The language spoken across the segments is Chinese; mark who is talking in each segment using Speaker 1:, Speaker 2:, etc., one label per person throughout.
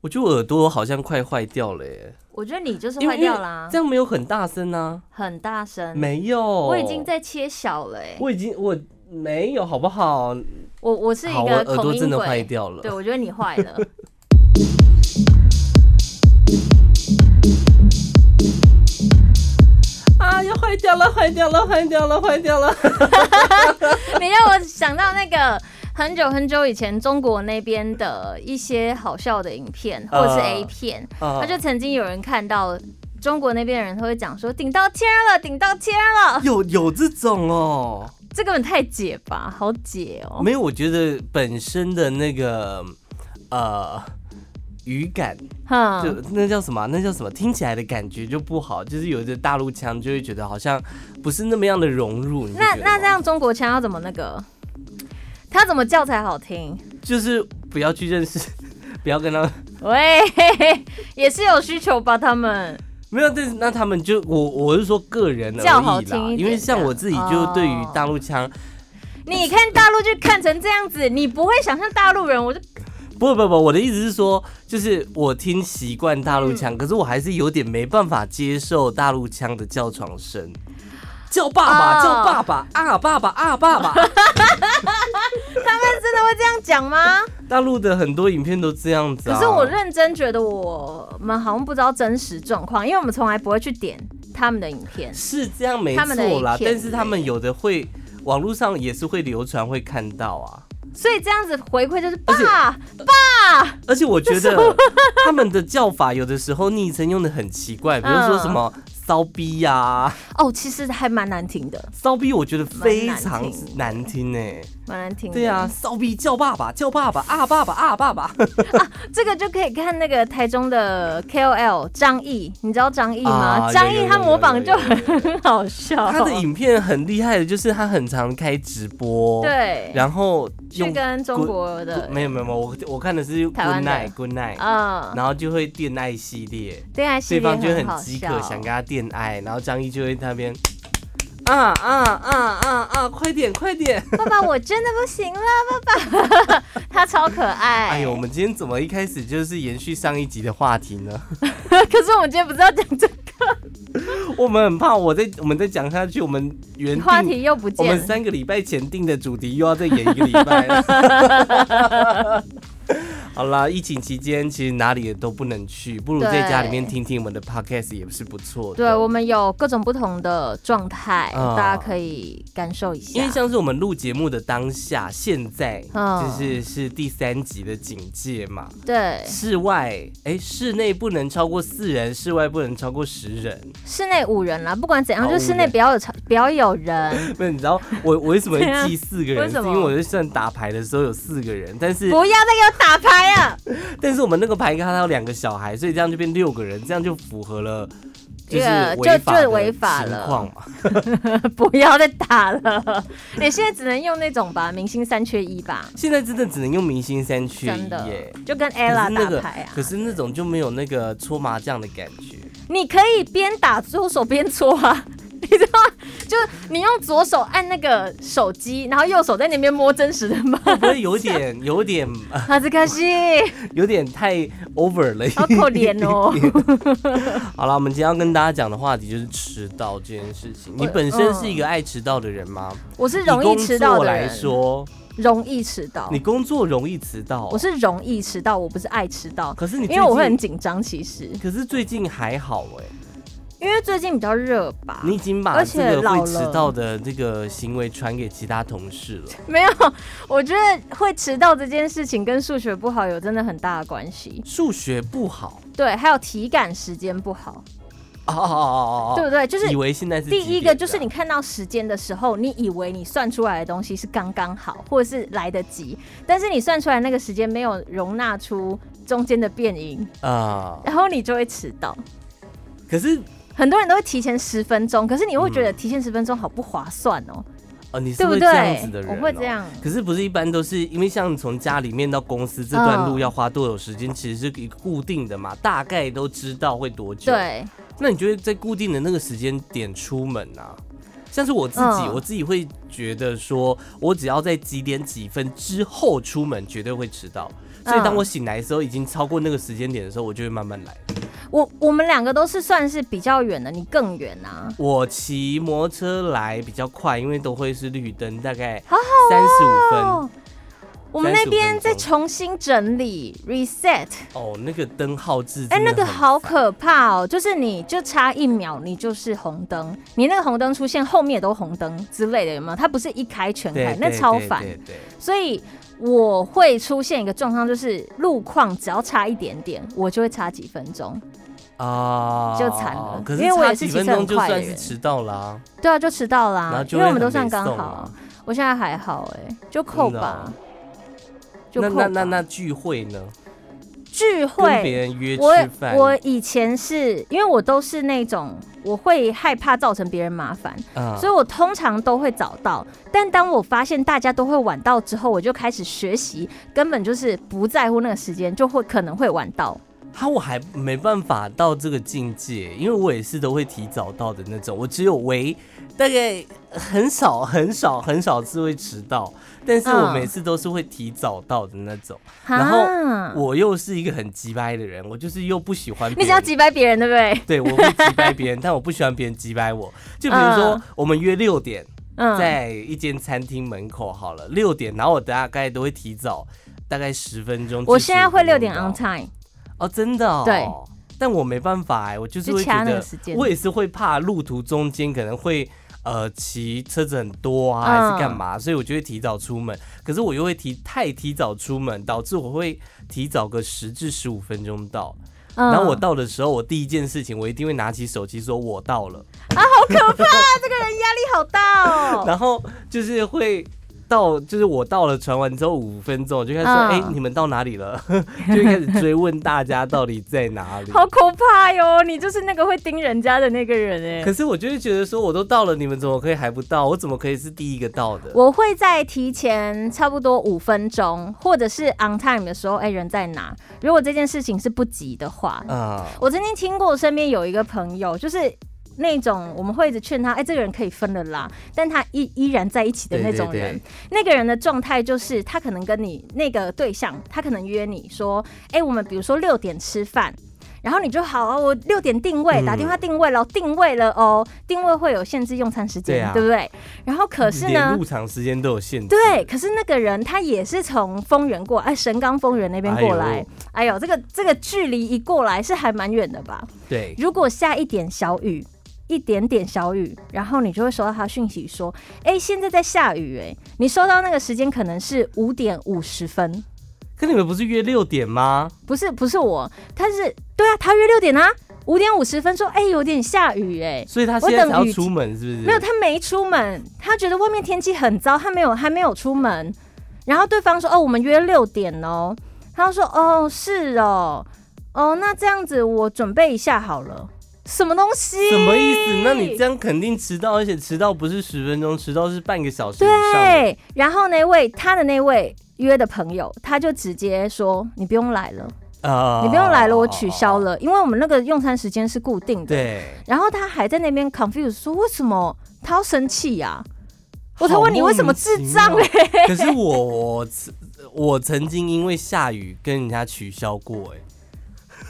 Speaker 1: 我觉得我耳朵好像快坏掉了耶，
Speaker 2: 我觉得你就是
Speaker 1: 因为
Speaker 2: 坏掉啦
Speaker 1: 这，样没有很大声啊，
Speaker 2: 很大声。
Speaker 1: 没有，
Speaker 2: 我已经在切小了哎、
Speaker 1: 我已经我没有好不好？
Speaker 2: 我我是一
Speaker 1: 好，我
Speaker 2: 个
Speaker 1: 耳朵
Speaker 2: 口
Speaker 1: 真
Speaker 2: 音
Speaker 1: 的坏
Speaker 2: 鬼，
Speaker 1: 掉了
Speaker 2: 对，。我觉得你坏了。
Speaker 1: 啊，要坏掉了，坏掉了，坏掉了，坏掉了！
Speaker 2: 你让我想到那个很久很久以前中国那边的一些好笑的影片或者是
Speaker 1: 呃
Speaker 2: A 片，
Speaker 1: 啊
Speaker 2: 他就曾经有人看到中国那边的人他会讲说顶到天了，顶到天了，
Speaker 1: 啊有有这种哦，
Speaker 2: 这根本太解吧，好解哦。
Speaker 1: 没有，我觉得本身的那个呃语感，就
Speaker 2: 哼，
Speaker 1: 那叫什么啊？那叫什么？听起来的感觉就不好，就是有的大陆腔就会觉得好像不是那么样的融入。你不
Speaker 2: 那
Speaker 1: 觉得
Speaker 2: 那
Speaker 1: 吗
Speaker 2: 这样中国腔要怎么那个？他怎么叫才好听？
Speaker 1: 就是不要去认识， 不要跟他
Speaker 2: 喂，嘿嘿也是有需求吧？他们
Speaker 1: 没有，但是那他们就我我是说个人而已
Speaker 2: 叫好
Speaker 1: 啦，
Speaker 2: 听一点
Speaker 1: 因为像我自己就对于
Speaker 2: 哦
Speaker 1: 大陆腔，
Speaker 2: 你看大陆就看成这样子，你不会想象大陆人，我就
Speaker 1: 不不不，我的意思是说，就是我听习惯大陆
Speaker 2: 嗯
Speaker 1: 腔，可是我还是有点没办法接受大陆腔的叫床声，叫爸爸，
Speaker 2: 哦
Speaker 1: 叫爸爸啊，爸爸啊，爸 爸。
Speaker 2: 他们真的会这样讲吗？
Speaker 1: 大陆的很多影片都这样子、
Speaker 2: 可
Speaker 1: 啊。
Speaker 2: 是我认真觉得我们好像不知道真实状况，因为我们从来不会去点他们的影片。
Speaker 1: 是这样没
Speaker 2: 他们的
Speaker 1: 错啦
Speaker 2: 影，片
Speaker 1: 但是他们有的会网络上也是会流传，会看到啊。
Speaker 2: 所以这样子回馈就是
Speaker 1: 而且
Speaker 2: 爸，
Speaker 1: 而且我觉得他们的叫法有的时候昵称用的很奇怪，比如
Speaker 2: 嗯
Speaker 1: 说什么骚逼呀、
Speaker 2: 哦，其实还蛮难听的，
Speaker 1: 骚逼我觉得非常
Speaker 2: 蛮
Speaker 1: 难
Speaker 2: 难听嗯
Speaker 1: 听哎、
Speaker 2: 蛮难听的。
Speaker 1: 对啊，，骚逼叫爸爸，叫爸爸啊，爸爸啊，爸爸。
Speaker 2: 这个就可以看那个台中的 KOL 张译，你知道张译吗？
Speaker 1: 啊
Speaker 2: 张
Speaker 1: 有有
Speaker 2: 译
Speaker 1: 有
Speaker 2: 他模
Speaker 1: 有
Speaker 2: 仿
Speaker 1: 有
Speaker 2: 就很好笑，
Speaker 1: 他的影片很厉害的，就是他很常开直播，，
Speaker 2: 对，
Speaker 1: 然后
Speaker 2: 去
Speaker 1: 用
Speaker 2: 跟中国的
Speaker 1: 没有没有没有，我我看的是 Good
Speaker 2: 台湾的
Speaker 1: Night Good Night，
Speaker 2: 嗯
Speaker 1: 然后就会恋爱系列，
Speaker 2: 恋爱系
Speaker 1: 对
Speaker 2: 列
Speaker 1: 方就会
Speaker 2: 好
Speaker 1: 很饥渴
Speaker 2: 笑，
Speaker 1: 想跟他恋爱，然后张译就会那边。啊啊啊啊啊！快点快点！
Speaker 2: 爸爸我真的不行了，爸爸，他超可爱。
Speaker 1: 哎呦，我们今天怎么一开始就是延续上一集的话题呢？
Speaker 2: 可是我们今天不是要讲这个
Speaker 1: 我们很怕我在我们再讲下去，我们原定
Speaker 2: 话题又不
Speaker 1: 我
Speaker 2: 见
Speaker 1: 们
Speaker 2: 了。
Speaker 1: 三个礼拜前定的主题又要再演一个礼拜 了。好啦，疫情期间其实哪里也都不能去，不如
Speaker 2: 对
Speaker 1: 在家里面听听我们的 podcast 也是不错的。
Speaker 2: 对，我们有各种不同的状态，
Speaker 1: 啊
Speaker 2: 大家可以感受一下。
Speaker 1: 因为像是我们录节目的当下，现在
Speaker 2: 嗯
Speaker 1: 就是是第三级的警戒嘛，
Speaker 2: 对
Speaker 1: 室外哎、室内不能超过四人，室外不能超过十人。
Speaker 2: 室内五人啦，不管怎样，
Speaker 1: 好
Speaker 2: 就室内不要有吵不要有人，
Speaker 1: 不是，你知道我我为什么
Speaker 2: 对啊
Speaker 1: 会记四个人？
Speaker 2: 为
Speaker 1: 是
Speaker 2: 什
Speaker 1: 因
Speaker 2: 么
Speaker 1: 为我在算打牌的时候有四个人，但是
Speaker 2: 不要再给我打牌了，
Speaker 1: 但是我们那个牌咖他有两个小孩，所以这样就变六个人，这样就符合了，就是
Speaker 2: 对啊
Speaker 1: 违法
Speaker 2: 就
Speaker 1: 的
Speaker 2: 就违法了
Speaker 1: 情况嘛。
Speaker 2: 不要再打了。你现在只能用那种吧，明星三缺一吧，
Speaker 1: 现在真的只能用明星三缺一
Speaker 2: 真的
Speaker 1: 耶。
Speaker 2: 就跟
Speaker 1: 可是
Speaker 2: ella
Speaker 1: 那
Speaker 2: 打
Speaker 1: 个，
Speaker 2: 牌啊
Speaker 1: 可，是那种就没有那个搓麻将的感觉。
Speaker 2: 你可以边打左手边搓啊。 你知道吗？就是你用左手按那个手机，然后右手在那边摸真实的 吗？
Speaker 1: 会不会有 点、
Speaker 2: 啊
Speaker 1: 有点、
Speaker 2: 哈兹卡西，
Speaker 1: 有点太 over 了？
Speaker 2: 好可怜哦。
Speaker 1: 好了，我们今天要跟大家讲的话题就是迟到这件事情。你本身是一个爱迟到的人吗？
Speaker 2: 我嗯是容易迟到
Speaker 1: 以工作
Speaker 2: 的
Speaker 1: 来
Speaker 2: 人，
Speaker 1: 说，
Speaker 2: 容易迟到
Speaker 1: 你。工作容易迟到。
Speaker 2: 我是容易迟到，我不是爱迟到，
Speaker 1: 可是你
Speaker 2: 因为我
Speaker 1: 最近
Speaker 2: 会很紧张。其实，
Speaker 1: 可是最近还好哎、
Speaker 2: 因为最近比较热吧，
Speaker 1: 你已经把
Speaker 2: 啊而
Speaker 1: 这
Speaker 2: 且
Speaker 1: 个
Speaker 2: 老
Speaker 1: 会
Speaker 2: 了
Speaker 1: 迟到的这个行为传给其他同事了。
Speaker 2: 没有。我觉得会迟到这件事情跟数学不好有真的很大的关系。
Speaker 1: 数学不好，
Speaker 2: 对，还有体感时间不好，
Speaker 1: 哦哦哦哦
Speaker 2: 对
Speaker 1: 哦，
Speaker 2: 不对？就是
Speaker 1: 以为现在是
Speaker 2: 第
Speaker 1: 几
Speaker 2: 一
Speaker 1: 点
Speaker 2: 个就是你
Speaker 1: 这样
Speaker 2: 看到时间的时候，你以为你算出来的东西是刚刚好，或者是来得及，但是你算出来那个时间没有容纳出中间的变音，
Speaker 1: 啊、
Speaker 2: 然后你就会迟到。
Speaker 1: 可是
Speaker 2: 很多人都会提前十分钟，可是你会觉得提前十分钟好不划算哦，
Speaker 1: 哦，你是
Speaker 2: 对不
Speaker 1: 会
Speaker 2: 对？
Speaker 1: 这样子的人、哦
Speaker 2: 我会这。样，
Speaker 1: 可是不是一般都是因为像从家里面到公司这段路
Speaker 2: 嗯
Speaker 1: 要花多久时间，其实是一个固定的嘛，大概都知道会多久。，
Speaker 2: 对，
Speaker 1: 那你就会在固定的那个时间点出门啊。像是我自己，
Speaker 2: 嗯
Speaker 1: 我自己会觉得说，我只要在几点几分之后出门，绝对会迟到。所以当
Speaker 2: 嗯
Speaker 1: 我醒来的时候，已经超过那个时间点的时候，我就会慢慢来。
Speaker 2: 我我们两个都是算是比较远的，你更远啊。
Speaker 1: 我骑摩托车来比较快，因为都会是绿灯，大概三十五分。
Speaker 2: 哦，我们那边再重新整理 reset，
Speaker 1: 哦，那个灯号制，
Speaker 2: 哎、那个好，可怕哦！就是你就差一秒，你就是红灯，你那个红灯出现，后面也都红灯之类的，有没有？它不是一开全
Speaker 1: 对
Speaker 2: 开，，那
Speaker 1: 对
Speaker 2: 超
Speaker 1: 对
Speaker 2: 烦。
Speaker 1: 对对
Speaker 2: 所以我会出现一个状况，就是路况只要差一点点，我就会差几分钟。
Speaker 1: 啊，
Speaker 2: 就惨了
Speaker 1: 可是
Speaker 2: 因为我
Speaker 1: 差
Speaker 2: 也
Speaker 1: 几
Speaker 2: 是骑
Speaker 1: 分
Speaker 2: 车很
Speaker 1: 钟就
Speaker 2: 快的
Speaker 1: 算是
Speaker 2: 人
Speaker 1: 迟到了啊，
Speaker 2: 对啊，就迟到啦、
Speaker 1: 然后就
Speaker 2: 因为
Speaker 1: 会
Speaker 2: 我们都
Speaker 1: 很
Speaker 2: 算
Speaker 1: 没
Speaker 2: 刚
Speaker 1: 送
Speaker 2: 好
Speaker 1: 啊
Speaker 2: 啊。我现在还好哎、就扣
Speaker 1: 真的
Speaker 2: 吧
Speaker 1: 哦，
Speaker 2: 就
Speaker 1: 那
Speaker 2: 扣
Speaker 1: 啊那
Speaker 2: 吧。
Speaker 1: 那那聚会呢？
Speaker 2: 聚
Speaker 1: 跟别
Speaker 2: 会，
Speaker 1: 人约
Speaker 2: 我
Speaker 1: 吃饭，
Speaker 2: 我以前是因为我都是那种我会害怕造成别人麻烦，
Speaker 1: 啊
Speaker 2: 所以我通常都会早到。但当我发现大家都会晚到之后，我就开始学习，根本就是不在乎那个时间，就会可能会晚到。
Speaker 1: 他啊我还没办法到这个境界，因为我也是都会提早到的那种，我只有唯大概很少很少很少次会迟到，但是我
Speaker 2: 嗯
Speaker 1: 每次都是会提早到的那种。然后
Speaker 2: 啊
Speaker 1: 我又是一个很急掰的人，我就是又不喜欢别人
Speaker 2: 你只要击败别人，对不对？
Speaker 1: 对，我会击败别人， 但我不喜欢别人击败我。就比如说
Speaker 2: 嗯，
Speaker 1: 我们约六点，
Speaker 2: 嗯，
Speaker 1: 在一间餐厅门口好了，六点，然后我大概都会提早大概十分钟。
Speaker 2: 我现在会
Speaker 1: 15
Speaker 2: 六点
Speaker 1: 分钟
Speaker 2: on
Speaker 1: 到
Speaker 2: time，
Speaker 1: 哦，真的哦。
Speaker 2: 对。
Speaker 1: 但我没办法哎、我就是
Speaker 2: 就
Speaker 1: 会觉
Speaker 2: 掐那个
Speaker 1: 得
Speaker 2: 时，间
Speaker 1: 我也是会怕路途中间可能会呃骑车子很多
Speaker 2: 嗯
Speaker 1: 啊，还是干嘛，所以我就会提早出门。可是我又会提太提早出门，导致我会提早个十至十五分钟到。
Speaker 2: 嗯
Speaker 1: 然后我到的时候，我第一件事情我一定会拿起手机说“我到了
Speaker 2: 压力好大”，哦。
Speaker 1: 然后就是会到，就是我到了，传完之后五分钟我就开始说：“哎、
Speaker 2: 嗯
Speaker 1: 你们到哪里了？” 就会开始追问大家到底在哪里。
Speaker 2: 好可怕哟！你就是那个会盯人家的那个人哎、
Speaker 1: 可是我就会觉得说，我都到了，你们怎么可以还不到？我怎么可以是第一个到的？
Speaker 2: 我会在提前差不多五分钟，或者是 on time 的时候，哎、人在哪？如果这件事情是不急的话，
Speaker 1: 啊、
Speaker 2: 我曾经听过身边有一个朋友，就是那种我们会一直劝他，哎、这个人可以分了啦，但他依依然在一起的那种人。
Speaker 1: 对对对
Speaker 2: 那个人的状态就是，他可能跟你那个对象，他可能约你说，哎、我们比如说六点吃饭。然后你就好啊，我六点定位，
Speaker 1: 嗯
Speaker 2: 打电话定位了，定位了哦，定位会有限制用餐时间，
Speaker 1: 对啊嗯
Speaker 2: 不对？然后可是
Speaker 1: 连
Speaker 2: 呢
Speaker 1: 入，场时间都有限制。
Speaker 2: 对，可是那个人他也是从丰原过，哎，神冈丰原那边过来，哎呦，这个这个距离一过来是还蛮远的吧？
Speaker 1: 对，
Speaker 2: 如果下一点小雨，一点点小雨，然后你就会收到他讯息说，哎、现在在下雨、哎，你收到那个时间可能是五点五十分，
Speaker 1: 可你们不是约六点吗？
Speaker 2: 不是不是我，他是对啊，他约六点啊，五点五十分说，哎、有点下雨、哎。
Speaker 1: 所以他现在
Speaker 2: 我等
Speaker 1: 才要
Speaker 2: 雨
Speaker 1: 出门，是不是？
Speaker 2: 没有，他没出门，他觉得外面天气很糟，他没有还没有出门。然后对方说：“哦，我们约六点哦。”他就说：“哦，是哦，哦，那这样子我准备一下好了。”什么东西？
Speaker 1: 什么意思？那你这样肯定迟到，而且迟到不是十分钟，迟到是半个小时以上的。
Speaker 2: 对，然后那位他的那位约的朋友，他就直接说：“你不用来了，
Speaker 1: 啊
Speaker 2: 你不用来了，我取消。了，因为我们那个用餐时间是固定的。”
Speaker 1: 对，
Speaker 2: 然后他还在那边 confuse 说为什么他要生气呀、我才问你为什么智障欸
Speaker 1: 好
Speaker 2: 嘞
Speaker 1: 莫名、可是我我曾我曾经因为下雨跟人家取消过、欸，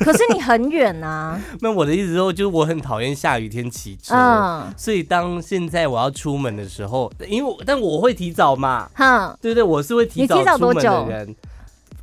Speaker 2: 可是你很远 啊，
Speaker 1: 那我的意思说，就是我很讨厌下雨天骑车。
Speaker 2: 嗯
Speaker 1: 所以当现在我要出门的时候，因为我但我会提早嘛，
Speaker 2: 哼，
Speaker 1: 对不对？我是会提
Speaker 2: 你
Speaker 1: 早
Speaker 2: 提早
Speaker 1: 出
Speaker 2: 多
Speaker 1: 门的
Speaker 2: 久
Speaker 1: 人，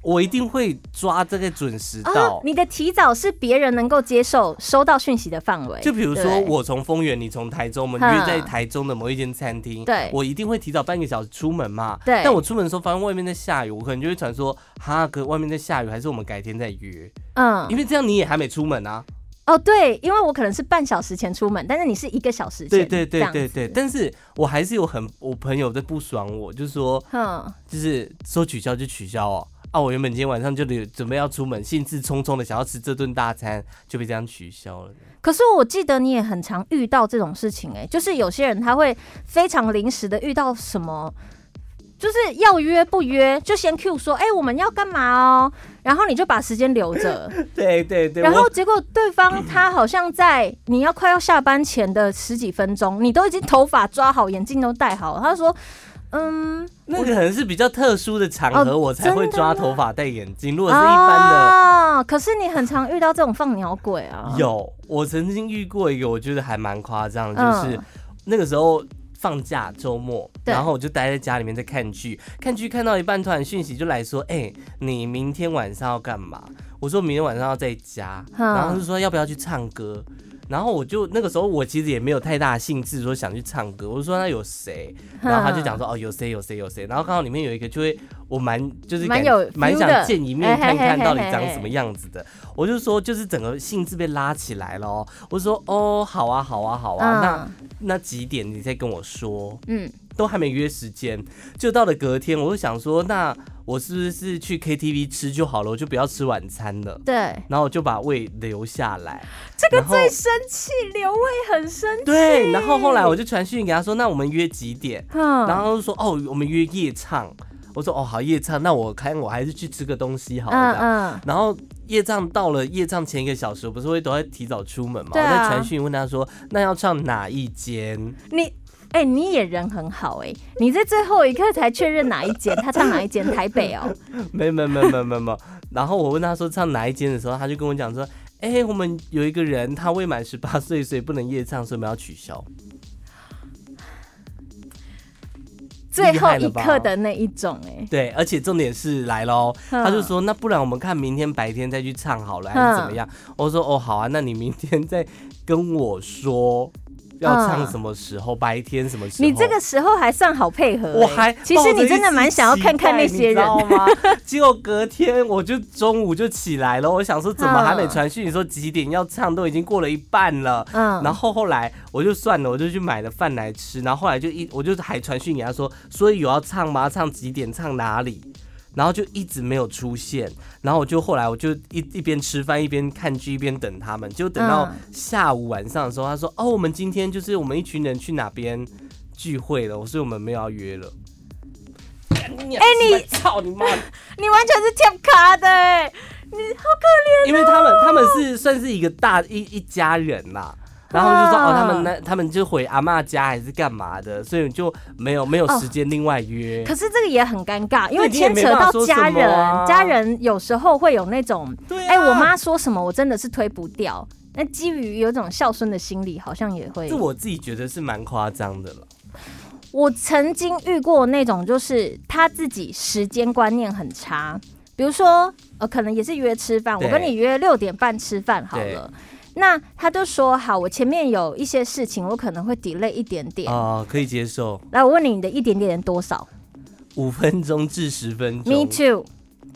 Speaker 1: 我一定会抓这个准时到。
Speaker 2: 哦，你的提早是别人能够接受收到讯息的范围，
Speaker 1: 就比如说
Speaker 2: 哎对不对
Speaker 1: 我从丰原，你从台中，我们
Speaker 2: 哼
Speaker 1: 约在台中的某一间餐厅，
Speaker 2: 对
Speaker 1: 我一定会提早半个小时出门嘛。
Speaker 2: 对
Speaker 1: 但我出门的时候发现外面在下雨，我可能就会传说，哈哥，外面在下雨，还是我们改天再约？因
Speaker 2: 嗯，
Speaker 1: 为这样你也还没出门啊。
Speaker 2: 哦对，因为我可能是半小时前出门，但是你是一个小时前，
Speaker 1: 对对对
Speaker 2: 这样
Speaker 1: 对
Speaker 2: 子
Speaker 1: 对，，但是我还是有很我朋友在不爽我，就说
Speaker 2: 哼，
Speaker 1: 就是说取消就取消哦。啊，我原本今天晚上就得准备要出门，兴致冲冲的想要吃这顿大餐，就被这样取消 了。
Speaker 2: 可是我记得你也很常欸遇到这种事情、哎，就是有些人他会非常临时的遇到什么。就是要约不约，就先 Q 说，哎、我们要干嘛哦，然后你就把时间 留着，
Speaker 1: 对对对，
Speaker 2: 然后
Speaker 1: 我
Speaker 2: 结果对方他好像在你要快要下班前的十几分钟，你都已经头发抓好，眼镜都戴好了，他说，嗯，
Speaker 1: 那个可能是比较特殊的场合，
Speaker 2: 哦
Speaker 1: 我才会
Speaker 2: 真的
Speaker 1: 抓头发戴眼镜。如果是一般的，
Speaker 2: 哦，可是你很常遇到这种放鸟鬼啊，
Speaker 1: 有我曾经遇过一个，我觉得还蛮夸张的，
Speaker 2: 嗯
Speaker 1: 就是那个时候。放假周末，
Speaker 2: 对
Speaker 1: 然后我就待在家里面在看剧，看剧看到一半，突然讯息就来说：“哎、你明天晚上要干嘛？”我说：“明天晚上要在家。”
Speaker 2: 嗯
Speaker 1: 然后他就说：“要不要去唱歌？”然后我就那个时候我其实也没有太大兴致说想去唱歌，我就说：“那有谁？”然后他就讲说哦有谁有谁有谁，然后刚好里面有一个就会我蛮就是
Speaker 2: 蛮
Speaker 1: 感
Speaker 2: 有
Speaker 1: 蛮
Speaker 2: feel
Speaker 1: 想
Speaker 2: 的
Speaker 1: 见一
Speaker 2: 哎
Speaker 1: 面
Speaker 2: 嘿
Speaker 1: 看
Speaker 2: 嘿
Speaker 1: 看
Speaker 2: 嘿
Speaker 1: 到底
Speaker 2: 嘿
Speaker 1: 长
Speaker 2: 嘿
Speaker 1: 什么样子的，我就说就是整个兴致被拉起来了哦，我就说哦好啊好啊好啊，那那几点你再跟我说，
Speaker 2: 嗯，
Speaker 1: 都还没约时间，就到了隔天，我就想说那我是不是去 KTV 吃就好了，我就不要吃晚餐了，
Speaker 2: 对，
Speaker 1: 然后我就把胃留下来，
Speaker 2: 这个
Speaker 1: 然后
Speaker 2: 最生气，刘伟很生气，
Speaker 1: 对，然后后来我就传讯给他说那我们约几点，
Speaker 2: 嗯，
Speaker 1: 然后他就说哦，我们约夜唱。我说哦，好夜唱，那我看我还是去吃个东西好了。
Speaker 2: 嗯
Speaker 1: 然后夜唱到了，夜唱前一个小时，我不是会都会提早出门嘛？
Speaker 2: 对啊
Speaker 1: 我在传讯问他说，那要唱哪一间？
Speaker 2: 嗯，你。哎、你也人很好哎、你在最后一刻才确认哪一间，他唱哪一间，台北 哦、
Speaker 1: 没没没没没没。然后我问他说唱哪一间的时候，他就跟我讲说，哎、我们有一个人他未满十八岁，所以不能夜唱，所以我们要取消。
Speaker 2: 最后一
Speaker 1: 厉害
Speaker 2: 刻
Speaker 1: 了吧
Speaker 2: 的那一种哎、
Speaker 1: 对，而且重点是来喽，
Speaker 2: 嗯
Speaker 1: 他就说那不然我们看明天白天再去唱好了，还是怎么样？我说哦好啊，那你明天再跟我说要唱什么时候，白天什么时候。
Speaker 2: 你这个时候还算好配合欸、
Speaker 1: 我还
Speaker 2: 其实你真的蛮想要看看那些人，
Speaker 1: 抱着一丝期待你知道吗？ 结果隔天我就中午就起来了，我想说怎么还没传讯？你说几点要唱，都已经过了一半了。
Speaker 2: 嗯，
Speaker 1: 然后后来我就算了，我就去买了饭来吃。然后后来就一我就还传讯给他说，所以有要唱吗？唱几点？唱哪里？然后就一直没有出现。然后我就后来我就一一边吃饭一边看剧一边等他们，就等到下午晚上的时候，他说：“哦，我们今天就是我们一群人去哪边聚会了，所以我们没有要约了。”哎、你操你妈！
Speaker 2: 你完全是跳卡的、欸，
Speaker 1: 因为他们他们是算是一个大一一家人啦。然后就说哦，他们那他们就回阿嬷家还是干嘛的，所以就没有没有时间另外约。
Speaker 2: 可是这个也很尴尬，因为
Speaker 1: 对你也
Speaker 2: 牵
Speaker 1: 没
Speaker 2: 扯
Speaker 1: 办法
Speaker 2: 到
Speaker 1: 说
Speaker 2: 家
Speaker 1: 什么
Speaker 2: 人，
Speaker 1: 啊
Speaker 2: 家人有时候会有那种，
Speaker 1: 对啊
Speaker 2: 哎、我妈说什么我真的是推不掉。那基于有种孝顺的心理，好像也会
Speaker 1: 这。我自己觉得是蛮夸张的了。
Speaker 2: 我曾经遇过那种，就是他自己时间观念很差，比如说，呃，可能也是约吃饭，
Speaker 1: 对
Speaker 2: 我跟你约六点半吃饭好了。那他就说好，我前面有一些事情，我可能会 delay 一点点。
Speaker 1: 哦，可以接受，
Speaker 2: 来，我问你，你的一点点多少
Speaker 1: 五分钟至十分钟。
Speaker 2: ？Me too。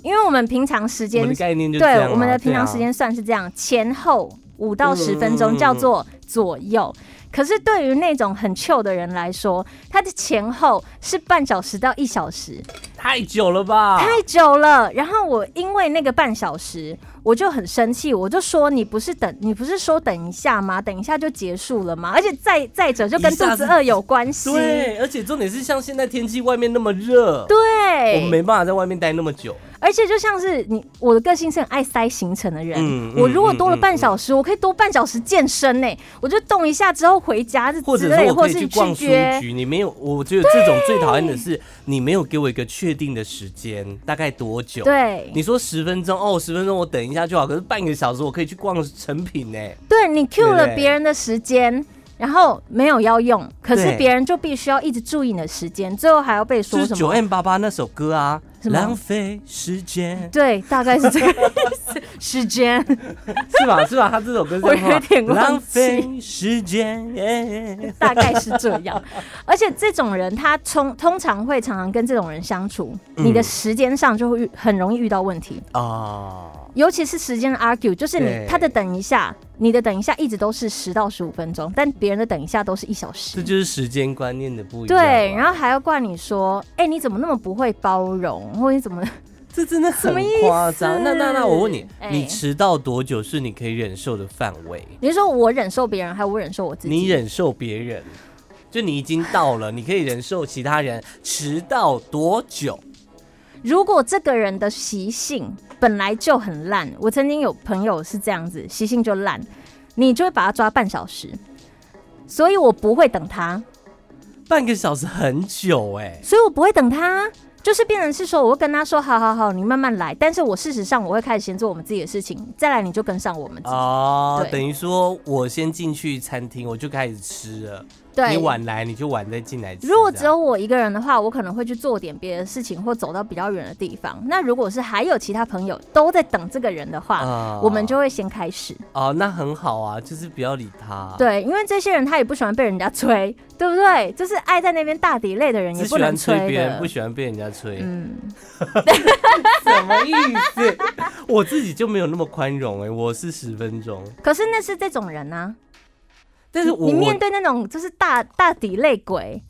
Speaker 2: 因为我们平常时
Speaker 1: 我
Speaker 2: 间
Speaker 1: 们的概念就这样啊、
Speaker 2: 对，我们的平常时
Speaker 1: 对啊
Speaker 2: 间算是这样，前后五到十分
Speaker 1: 嗯嗯
Speaker 2: 钟
Speaker 1: 嗯
Speaker 2: 叫做左右。可是对于那种很 chill 的人来说，他的前后是半小时到一小时，
Speaker 1: 太久了吧？
Speaker 2: 太久了。然后我因为那个半小时，我就很生气，我就说你不是等，你不是说等一下吗？等一下就结束了吗？而且再再者就跟
Speaker 1: 一下
Speaker 2: 肚
Speaker 1: 子
Speaker 2: 子饿有关系。
Speaker 1: 对，而且重点是像现在天气外面那么热，我
Speaker 2: 对
Speaker 1: 们没办法在外面待那么久。
Speaker 2: 而且就像是你，我的个性是很爱塞行程的人。
Speaker 1: 嗯嗯
Speaker 2: 我如果多了半小时，我可以多半小时健身呢、我就动一下之后回家这
Speaker 1: 或
Speaker 2: 之
Speaker 1: 者
Speaker 2: 类
Speaker 1: 是
Speaker 2: 的，
Speaker 1: 我
Speaker 2: 或
Speaker 1: 可以
Speaker 2: 是
Speaker 1: 去
Speaker 2: 去
Speaker 1: 逛书
Speaker 2: 约。
Speaker 1: 局，你没有，我觉得这种最讨厌的是你没有给我一个确定的时间，大概多久？，
Speaker 2: 对
Speaker 1: 你说十分钟哦，十分钟我等一下就好，可是半个小时我可以去逛成品欸呢。
Speaker 2: 对，你 Q
Speaker 1: 对
Speaker 2: 了
Speaker 1: 对
Speaker 2: 别人的时间，然后没有要用，可是
Speaker 1: 对
Speaker 2: 别人就必须要一直注意你的时间，最后还要被
Speaker 1: 就
Speaker 2: 说
Speaker 1: 是
Speaker 2: 什
Speaker 1: 九
Speaker 2: 么？
Speaker 1: M 八八那首歌啊，
Speaker 2: 什么
Speaker 1: 浪费时间
Speaker 2: 对，大概是这个时间。
Speaker 1: 是吧？是吧？他这首歌是这样
Speaker 2: 我有
Speaker 1: 唱
Speaker 2: 点忘记
Speaker 1: 浪费时间。耶
Speaker 2: 大概是这样。而且这种人，他通通常会常常跟这种人相处，
Speaker 1: 嗯
Speaker 2: 你的时间上就会遇很容易遇到问题，
Speaker 1: 啊，
Speaker 2: 尤其是时间的 argue，就是你
Speaker 1: 对
Speaker 2: 他的等一下，你的等一下一直都是十到十五分钟，但别人的等一下都是一小
Speaker 1: 这啊
Speaker 2: 时。
Speaker 1: 就是时间观念的不一样啊。
Speaker 2: 对，然后还要怪你说，哎、你怎么那么不会包容，或者你怎么？
Speaker 1: 这真的很
Speaker 2: 么意思
Speaker 1: 夸张。那那那，我问你，
Speaker 2: 哎
Speaker 1: 你迟到多久是你可以忍受的范围？
Speaker 2: 你是说我忍受别人，还有我忍受我自己？
Speaker 1: 你忍受别人，就你已经到了，你可以忍受其他人迟到多久？
Speaker 2: 如果这个人的习性本来就很烂，我曾经有朋友是这样子，习性就烂，你就会把他抓半小时，所以我不会等他，
Speaker 1: 半个小时很久哎、
Speaker 2: 所以我不会等他，啊就是变成是说，我会跟他说，好好好，你慢慢来。但是我事实上我会开始先做我们自己的事情，再来你就跟上我们自己。
Speaker 1: 哦
Speaker 2: 对，
Speaker 1: 等于说我先进去餐厅，我就开始吃了。
Speaker 2: 对
Speaker 1: 你，晚来你就晚再进来吃。
Speaker 2: 如果只
Speaker 1: 这样
Speaker 2: 有我一个人的话，我可能会去做点别的事情，或走到比较远的地方。那如果是还有其他朋友都在等这个人的话，
Speaker 1: 啊
Speaker 2: 我们就会先开始。
Speaker 1: 哦，那很好啊，就是不要理他。，
Speaker 2: 对，因为这些人他也不喜欢被人家催，对不对？就是爱在那边大抵累的人也
Speaker 1: 只
Speaker 2: 不
Speaker 1: 喜
Speaker 2: 能
Speaker 1: 欢
Speaker 2: 催
Speaker 1: 吹
Speaker 2: 的。
Speaker 1: 别人，不喜欢被人家吹，
Speaker 2: 嗯，
Speaker 1: 什么意思？ 我自己就没有那么宽容哎、我是十分钟，
Speaker 2: 可是那是这种人啊，
Speaker 1: 但是我
Speaker 2: 你面
Speaker 1: 我
Speaker 2: 对那种就是大大抵累鬼，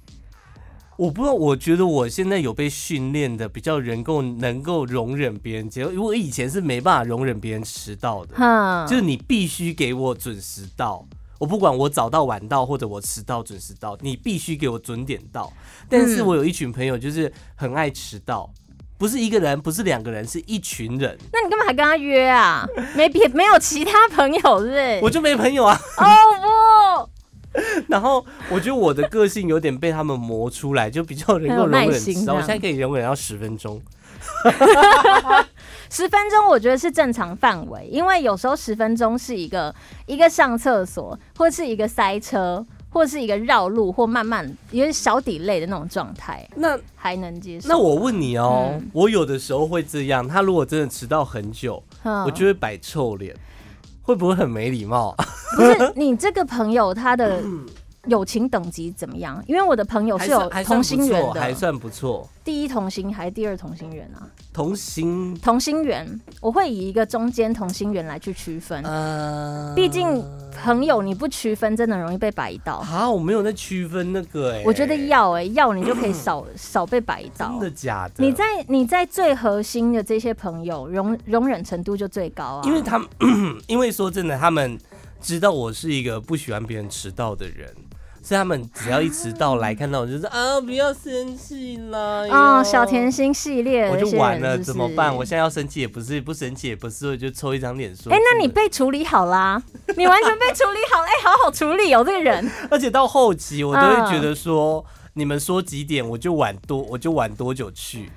Speaker 1: 我不知道，我觉得我现在有被训练的比较能够能够容忍别人接受，因为我以前是没办法容忍别人迟到的。
Speaker 2: 哼，
Speaker 1: 就是你必须给我准时到，我不管我早到晚到或者我迟到准时到，你必须给我准点到。但是
Speaker 2: 嗯
Speaker 1: 我有一群朋友就是很爱迟到，不是一个人，不是两个人，是一群人，
Speaker 2: 那你干嘛还跟他约啊？没别没有其他朋友是不是？
Speaker 1: 我就没朋友啊。
Speaker 2: 哦
Speaker 1: 然后我觉得我的个性有点被他们磨出来，就比较能够容
Speaker 2: 很有耐
Speaker 1: 忍
Speaker 2: 心啊
Speaker 1: 迟到。
Speaker 2: 这样
Speaker 1: 我现在可以容忍到十分钟。
Speaker 2: 不，十分钟我觉得是正常范围，因为有时候十分钟是一个一个上厕所，或是一个塞车，或是一个绕路，或慢慢有点小抵累的那种状态，
Speaker 1: 那
Speaker 2: 还能接受。
Speaker 1: 那我问你哦，
Speaker 2: 嗯
Speaker 1: 我有的时候会这样，他如果真的迟到很久，
Speaker 2: 嗯
Speaker 1: 我就会摆臭脸，会不会很没礼貌？
Speaker 2: 不是你这个朋友他的友情等级怎么样？因为我的朋友
Speaker 1: 还
Speaker 2: 哦是有
Speaker 1: 算还算
Speaker 2: 同
Speaker 1: 不
Speaker 2: 心圆
Speaker 1: 错还
Speaker 2: 的，
Speaker 1: 算不错。
Speaker 2: 第一同心还是第二同心圆啊？
Speaker 1: 同心，
Speaker 2: 同心圆，我会以一个中间同心圆来去区分，
Speaker 1: 呃，
Speaker 2: 毕竟朋友你不区分，真的容易被摆到。
Speaker 1: 啊，我没有在区分那个、哎，
Speaker 2: 我觉得要哎、要你就可以少少被摆
Speaker 1: 真
Speaker 2: 到
Speaker 1: 的。假的？
Speaker 2: 你在你在最核心的这些朋友容容忍程度就最高啊，
Speaker 1: 因为他们， 因为说真的，他们知道我是一个不喜欢别人迟到的人。所以他们只要一迟到来看到我，就是啊，不要生气啦！
Speaker 2: 啊、
Speaker 1: 哟
Speaker 2: 小甜，心系列
Speaker 1: 哎我
Speaker 2: 的
Speaker 1: 就
Speaker 2: 这些
Speaker 1: 完
Speaker 2: 人
Speaker 1: 了，
Speaker 2: 是不
Speaker 1: 怎么
Speaker 2: 是
Speaker 1: 办？我现在要生气也不是，不生气也不是，我就抽一张脸说。
Speaker 2: 哎、那你，被处理好啦，你完全被处理好了，哎、好好处理哦，这个人。
Speaker 1: 而且到后期我都会
Speaker 2: 嗯
Speaker 1: 觉得说，你们说几点我就晚多，我就晚多久去。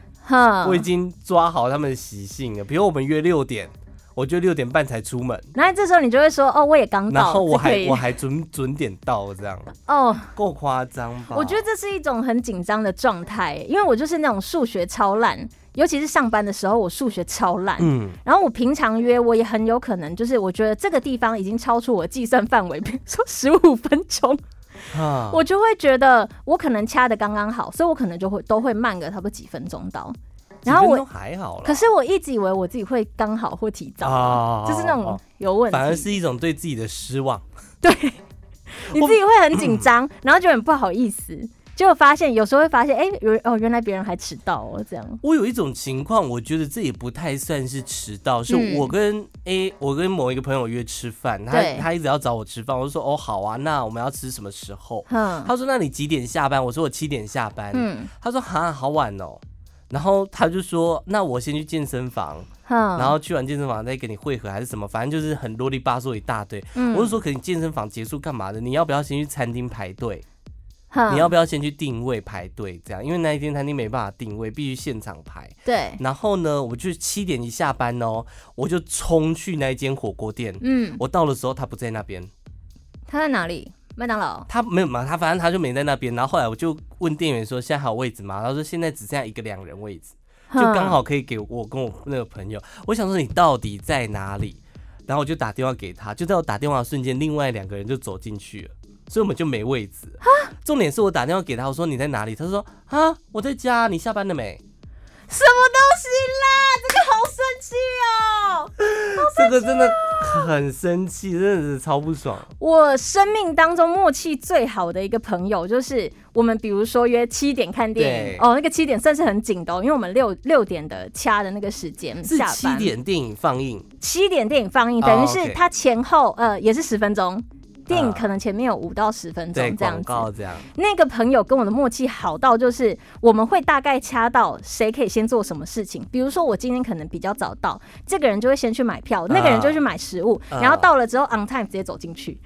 Speaker 1: 我已
Speaker 2: 哼，
Speaker 1: 经抓好他们的习性了。比如我们约六点，我就六点半才出门，
Speaker 2: 然后这时候你就会说，哦，我也刚到，
Speaker 1: 然后我
Speaker 2: 这可
Speaker 1: 还
Speaker 2: 以
Speaker 1: 我还准准点到，这样
Speaker 2: 哦，
Speaker 1: 够夸张吧？
Speaker 2: 我觉得这是一种很紧张的状态，因为我就是那种数学超烂，尤其是上班的时候，我数学超烂。
Speaker 1: 嗯，
Speaker 2: 然后我平常约我也很有可能就是，我觉得这个地方已经超出我计算范围，比如说十五分 钟，
Speaker 1: 啊，
Speaker 2: 我就会觉得我可能掐的刚刚好，所以我可能就会都会慢个差不多几分钟到。
Speaker 1: 哦
Speaker 2: 然后
Speaker 1: 几分
Speaker 2: 我
Speaker 1: 钟还好啦，
Speaker 2: 可是我一直以为我自己会刚好或提早，
Speaker 1: 啊
Speaker 2: 就是那种有问题，
Speaker 1: 反而是一种对自己的失望。
Speaker 2: 你自己会很紧张， 然后就很不好意思。结果发现有时候会发现，哎、原哦，原来别人还迟到哦，这样。
Speaker 1: 我有一种情况，我觉得这也不太算是迟到，是
Speaker 2: 嗯
Speaker 1: 我跟 A，、我跟某一个朋友约吃饭，他
Speaker 2: 对
Speaker 1: 他一直要找我吃饭，我就说哦好啊，那我们要吃什么时候？
Speaker 2: 哼，
Speaker 1: 他说那你几点下班？我说我七点下班。
Speaker 2: 嗯，
Speaker 1: 他说哈，好晚哦。然后他就说，那我先去健身房，
Speaker 2: 哼，
Speaker 1: 然后去完健身房再跟你会合还是什么，反正就是很啰里吧嗦一大堆。
Speaker 2: 嗯
Speaker 1: 我就说，可你健身房结束干嘛的？你要不要先去餐厅排队？
Speaker 2: 哼
Speaker 1: 你要不要先去定位排队？这样，因为那一天餐厅没办法定位，必须现场排。
Speaker 2: 对，
Speaker 1: 然后呢，我就七点一下班哦，我就冲去那一间火锅店。
Speaker 2: 嗯，
Speaker 1: 我到的时候，他不在那边，
Speaker 2: 他在哪里？麦当劳。
Speaker 1: 他没有嘛，他反正他就没在那边。然后后来我就问店员说，现在还有位置吗？他说现在只剩下一个两人位置。就
Speaker 2: 哼
Speaker 1: 刚好可以给我跟我那个朋友，我想说你到底在哪里？然后我就打电话给他，就在我打电话的瞬间，另外两个人就走进去了，所以我们就没位置了。重点是我打电话给他，我说你在哪里？他说啊，我在家，你下班了没？
Speaker 2: 什么东西啦？这个好生气哦！
Speaker 1: 这 个真的很生气，真的是超不爽。
Speaker 2: 我生命当中默契最好的一个朋友，就是我们比如说约七点看电
Speaker 1: 对
Speaker 2: 影，哦，那个七点算是很紧的、哦，因为我们六六点的掐的那个时间
Speaker 1: 是
Speaker 2: 下
Speaker 1: 七
Speaker 2: 班，
Speaker 1: 点电影放映，
Speaker 2: 七点电影放映，
Speaker 1: 哦
Speaker 2: 等于
Speaker 1: OK
Speaker 2: 是它前后呃也是十分钟，电影
Speaker 1: 嗯
Speaker 2: 可能前面有五到十分
Speaker 1: 对
Speaker 2: 钟这样
Speaker 1: 广
Speaker 2: 子。哦
Speaker 1: 告这样，
Speaker 2: 那个朋友跟我的默契好到，就是我们会大概掐到谁可以先做什么事情。比如说，我今天可能比较早到，这个人就会先去买票，那个人就去买食物，
Speaker 1: 啊
Speaker 2: 然后到了之后 on time 直接走进去，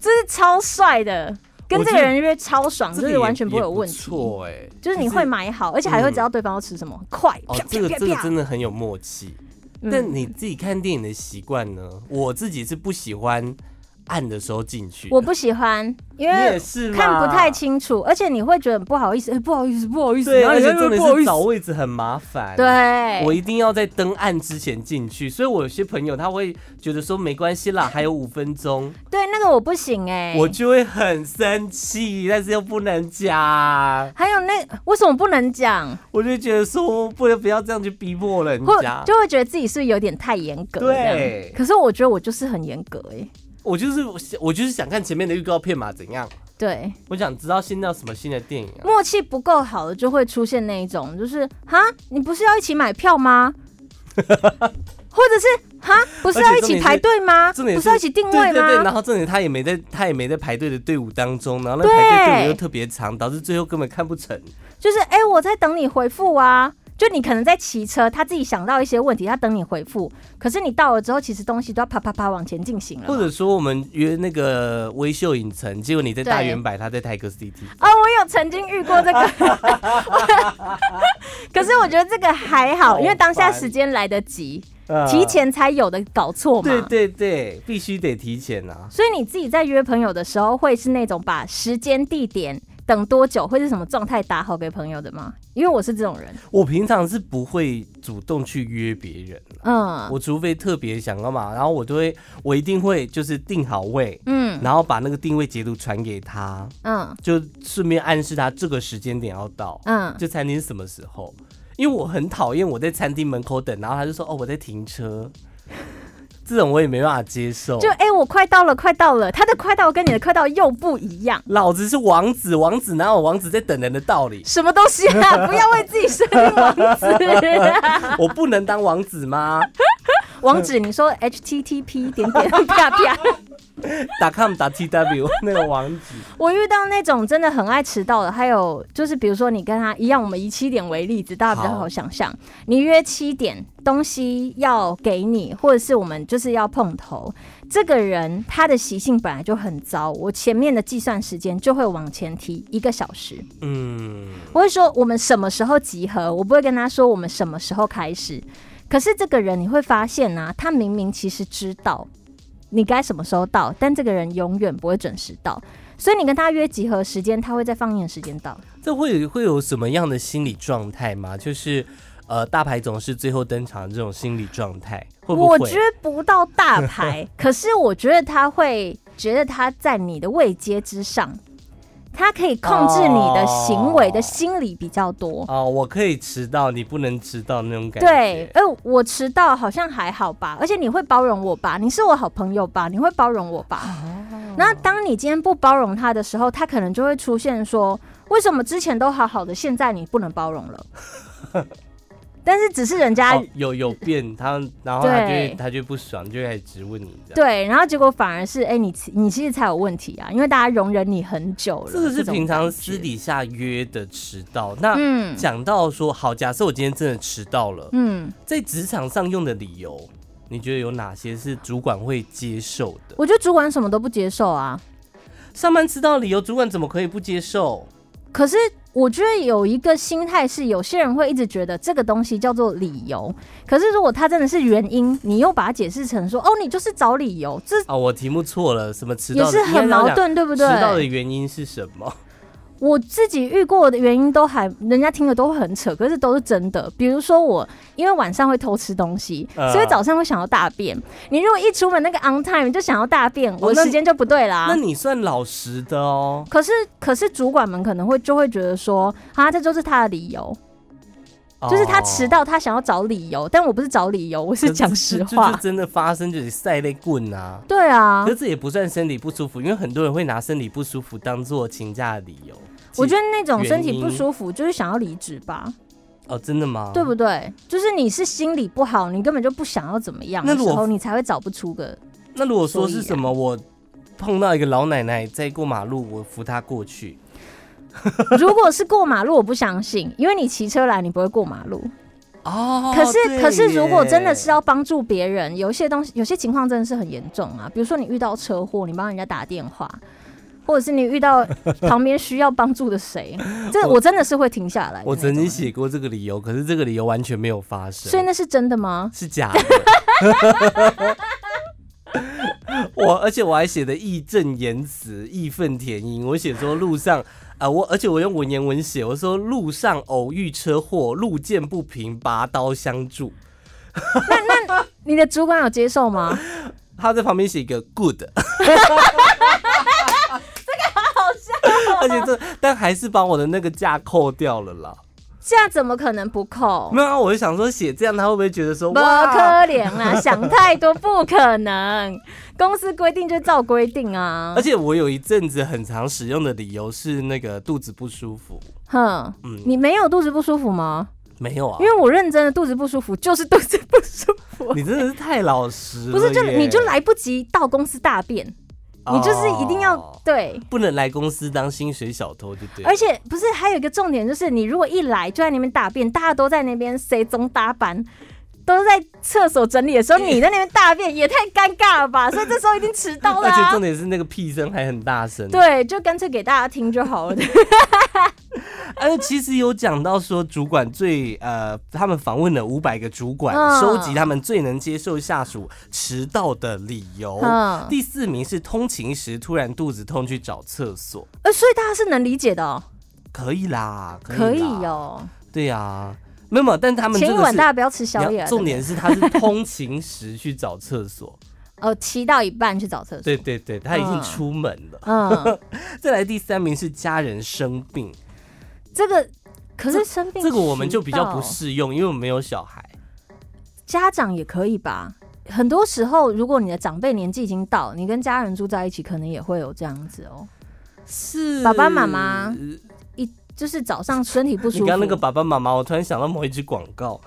Speaker 2: 这是超帅的，跟这个人约超爽，
Speaker 1: 这
Speaker 2: 就
Speaker 1: 个
Speaker 2: 是
Speaker 1: 也
Speaker 2: 完全
Speaker 1: 也
Speaker 2: 不
Speaker 1: 不
Speaker 2: 会有问题。
Speaker 1: 错哎，
Speaker 2: 就是你会买好，而且还会知道对方要吃什么，快
Speaker 1: 哦
Speaker 2: 啪，
Speaker 1: 这个
Speaker 2: 啪
Speaker 1: 这个
Speaker 2: 啪啪。
Speaker 1: 真的很有默契。
Speaker 2: 嗯
Speaker 1: 但你自己看电影的习惯呢？我自己是不喜欢暗的时候进去的，
Speaker 2: 我不喜欢，因
Speaker 1: 你
Speaker 2: 为
Speaker 1: 也是吗
Speaker 2: 看不太。清楚，而且你会觉得很不好意思，哎不好意思，不好意思，
Speaker 1: 对，
Speaker 2: 然后
Speaker 1: 而
Speaker 2: 你
Speaker 1: 且
Speaker 2: 就
Speaker 1: 重点
Speaker 2: 会不好
Speaker 1: 是
Speaker 2: 意
Speaker 1: 找
Speaker 2: 思，
Speaker 1: 位置很麻烦。。
Speaker 2: 对，
Speaker 1: 我一定要在灯暗之前进去，所以我有些朋友他会觉得说没关系啦，还有五分钟，
Speaker 2: 对，那个我不行哎、
Speaker 1: 我就会很生气，但是又不能讲，
Speaker 2: 还有那为什么不能讲？
Speaker 1: 我就觉得说不能不要这样去逼迫人
Speaker 2: 或
Speaker 1: 家。
Speaker 2: 就会觉得自己是不是有点太严格？
Speaker 1: 嗯对
Speaker 2: 这样可是我觉得我就是很严格哎、
Speaker 1: 我就是我就是想看前面的预告片嘛，怎样？
Speaker 2: 对，
Speaker 1: 我想知道现在有什么新的电影啊？
Speaker 2: 默契不够好的就会出现那一种，就是哈，你不是要一起买票 吗？或者是哈，不是要一起排队吗？
Speaker 1: 重点
Speaker 2: 啊不是要一起定位吗？
Speaker 1: 对对对，然后重点他也没在，他也没在排队的队伍当中，然后那排队队伍又特别长，导致最后根本看不成。
Speaker 2: 就是哎、诶我在等你回复啊。就你可能在骑车，他自己想到一些问题，他等你回复。可是你到了之后，其实东西都要啪啪啪往前进行了嘛。
Speaker 1: 或者说我们约那个微秀影城，结果你在大
Speaker 2: 对
Speaker 1: 圆柏，他在泰戈 CT。
Speaker 2: 哦，我有曾经遇过这个， 可是我觉得这个还好，因为当下时间来得及，提。前才有的搞错嘛。
Speaker 1: 嗯对对对，必须得提前啊！
Speaker 2: 所以你自己在约朋友的时候，会是那种把时间、地点、等多久，会是什么状态打好给朋友的吗？因为我是这种人，
Speaker 1: 我平常是不会主动去约别人，
Speaker 2: 嗯
Speaker 1: 我除非特别想干嘛，然后我都会，我一定会就是定好位，
Speaker 2: 嗯
Speaker 1: 然后把那个定位截图传给他，
Speaker 2: 嗯
Speaker 1: 就顺便暗示他这个时间点要到。
Speaker 2: 嗯，
Speaker 1: 就餐厅是什么时候？因为我很讨厌我在餐厅门口等，然后他就说哦我在停车， 这种我也没办法接受。
Speaker 2: 就哎、诶我快到了，快到了，他的快到跟你的快到又不一样。？
Speaker 1: 老子是王子，王子哪有王子在等人的道理
Speaker 2: 什么东西啊！不要为自己生王子、
Speaker 1: 我不能当王子吗
Speaker 2: 网址你说 http 点点啪啪。
Speaker 1: 打 com 打 tw 那个王子，
Speaker 2: 我遇到那种真的很爱迟到的，还有就是比如说你跟他一样，我们以七点为例子，大家比较
Speaker 1: 好
Speaker 2: 好想象。你约七点，东西要给你，或者是我们就是要碰头。这个人他的习性本来就很糟，我前面的计算时间就会往前提一个小时。
Speaker 1: 嗯，
Speaker 2: 我会说我们什么时候集合，我不会跟他说我们什么时候开始。可是这个人你会发现啊，他明明其实知道你该什么时候到，但这个人永远不会准时到。所以你跟他约集合时间，他会在放映时间到。
Speaker 1: 这会会有什么样的心理状态吗？就是呃大牌总是最后登场的这种心理状态，会不
Speaker 2: 我
Speaker 1: 会？
Speaker 2: 觉得不到大牌， 可是我觉得他会觉得他在你的位阶之上，他可以控制你的行为的心理比较多。
Speaker 1: 哦，我可以迟到，你不能迟到那种感觉。
Speaker 2: 对，哎、我迟到好像还好吧，而且你会包容我吧？你是我好朋友吧？你会包容我吧？
Speaker 1: 哦
Speaker 2: 那当你今天不包容他的时候，他可能就会出现说：为什么之前都好好的，现在你不能包 容了？但是只是人家、
Speaker 1: 哦、有有变，他然后他就会
Speaker 2: 对
Speaker 1: 他就不爽，就会开始质问你这样。，
Speaker 2: 对，然后结果反而是哎、你你其实才有问题啊，因为大家容忍你很久了。
Speaker 1: 这个是
Speaker 2: 种
Speaker 1: 平常
Speaker 2: 感觉
Speaker 1: 私，底下约的迟到。那
Speaker 2: 嗯
Speaker 1: 讲到说，好，假设我今天真的迟到了，
Speaker 2: 嗯。
Speaker 1: 在职场上用的理由，你觉得有哪些是主管会接受的？
Speaker 2: 我觉得主管什么都不接受啊，
Speaker 1: 上班迟到的理由，主管怎么可以不接受？
Speaker 2: 可是我觉得有一个心态是，有些人会一直觉得这个东西叫做理由。可是如果它真的是原因，你又把它解释成说，哦，你就是找理由，这
Speaker 1: 啊，我题目错了，什么迟
Speaker 2: 也
Speaker 1: 到的
Speaker 2: 是很矛。盾，对不
Speaker 1: 应该这样讲迟到的
Speaker 2: 对？
Speaker 1: 原因是什么？
Speaker 2: 我自己遇过的原因都还，人家听了都会很扯，可是都是真的。比如说我因为晚上会偷吃东西，
Speaker 1: 呃
Speaker 2: 所以早上会想要大便。你如果一出门那个 on time 就想要大便，我
Speaker 1: 哦那
Speaker 2: 的时间就不对啦。
Speaker 1: 那你算老实的哦。
Speaker 2: 可是可是主管们可能会就会觉得说，啊，这就是他的理由。就是他迟
Speaker 1: 哦，
Speaker 2: 到，他想要找理由，但我不是找理由，我是讲实
Speaker 1: 就
Speaker 2: 话
Speaker 1: 就。真的发生就是晒泪棍啊。
Speaker 2: 对啊
Speaker 1: 可，是这也不算身体不舒服，因为很多人会拿身体不舒服当做请假的理由。
Speaker 2: 我觉
Speaker 1: 得
Speaker 2: 得那种身体
Speaker 1: 原因
Speaker 2: 不舒服就是想要离职吧，
Speaker 1: 哦，真的吗？
Speaker 2: 对不对？就是你是心理不好，你根本就不想要怎么样
Speaker 1: 那
Speaker 2: 的
Speaker 1: 如
Speaker 2: 时
Speaker 1: 果
Speaker 2: 候，你才会找不出个。
Speaker 1: 那如果说
Speaker 2: 所以
Speaker 1: 是
Speaker 2: 啊
Speaker 1: 什么我碰到一个老奶奶在过马路，我扶她过去。
Speaker 2: 如果是过马路，我不相信，因为你骑车来，你不会过马路。
Speaker 1: 哦，
Speaker 2: 可是，
Speaker 1: 对
Speaker 2: 可是，如果真的
Speaker 1: 耶
Speaker 2: 是要帮助别人，有一些东西，有些情况真的是很严重啊。比如说你遇到车祸，你帮人家打电话，或者是你遇到 旁边需要帮助的谁，这
Speaker 1: 我
Speaker 2: 我真的是会停下来。
Speaker 1: 我曾经，写过这个理由，可是这个理由完全没有发生，
Speaker 2: 所以那是真的吗？
Speaker 1: 是假的。 我而且我还写的义正言辞、义愤填膺。我写说路上啊、我而且我用文言文写，我说路上偶遇车祸，路见不平，拔刀相助。
Speaker 2: 你的主管有接受吗？
Speaker 1: 他在旁边写一个 good，这个 好好笑、哦 而且这但还是把我的那个价扣掉了啦。
Speaker 2: 这样怎么可能不扣？
Speaker 1: 没有啊，我就想说写这样他会不会觉得说
Speaker 2: 不
Speaker 1: 哇？
Speaker 2: 可怜 啦，想太多不可能。公司规定就照规定啊
Speaker 1: 而。且我有一阵子很常使用的理由是那个肚子不舒服，
Speaker 2: 哼，
Speaker 1: 嗯
Speaker 2: 你没有肚子不舒服吗？
Speaker 1: 没有啊
Speaker 2: 因，为我认真的肚子不舒服，就是肚子不舒服。
Speaker 1: 你真的是太老实了耶，
Speaker 2: 不是，就你就来不及到公司大便，
Speaker 1: 哦，
Speaker 2: 你就是一定要哎对。
Speaker 1: 不能来公司当薪水小偷，就对了。
Speaker 2: 而且不是还有一个重点，就是你如果一来就在那边大便，大家都在那边谁中搭班，都在厕所整理的时候，你在那边大便也太尴尬 了吧？所以这时候一定迟到了、
Speaker 1: 而且
Speaker 2: 啊
Speaker 1: 重。点是那个屁声还很大声，
Speaker 2: 对，就干脆给大家听就好了。
Speaker 1: 而且其实有讲到说，主管最呃，他们访问了五百个主管，
Speaker 2: 嗯
Speaker 1: 收集他们最能接受下属迟到的理由。
Speaker 2: 嗯
Speaker 1: 第四名是通勤时突然肚子痛去找厕所，
Speaker 2: 呃，所以大家是能理解的哦，
Speaker 1: 可以啦，
Speaker 2: 可以
Speaker 1: 啦，
Speaker 2: 哦。
Speaker 1: 对呀、没有没有，但他们这
Speaker 2: 前一
Speaker 1: 个
Speaker 2: 晚
Speaker 1: 是
Speaker 2: 大家不要吃宵
Speaker 1: 你
Speaker 2: 夜
Speaker 1: 要
Speaker 2: 啊，
Speaker 1: 重点是他 是通勤时去找厕所，
Speaker 2: 呃，骑到一半去找厕所。
Speaker 1: 对对对，他已经
Speaker 2: 嗯
Speaker 1: 出门了。
Speaker 2: 嗯，
Speaker 1: 再来第三名是家人生病，
Speaker 2: 这个可是生病
Speaker 1: 这个我们就比较
Speaker 2: 迟
Speaker 1: 不
Speaker 2: 到
Speaker 1: 适用，因为我们没有小孩。
Speaker 2: 家长也可以吧。很多时候，如果你的长辈年纪已经到，你跟家人住在一起，可能也会有这样子哦。
Speaker 1: 是
Speaker 2: 爸爸妈妈一就是早上身体不舒
Speaker 1: 你
Speaker 2: 服，
Speaker 1: 刚刚那个爸爸妈妈，我突然想到某一支广 告。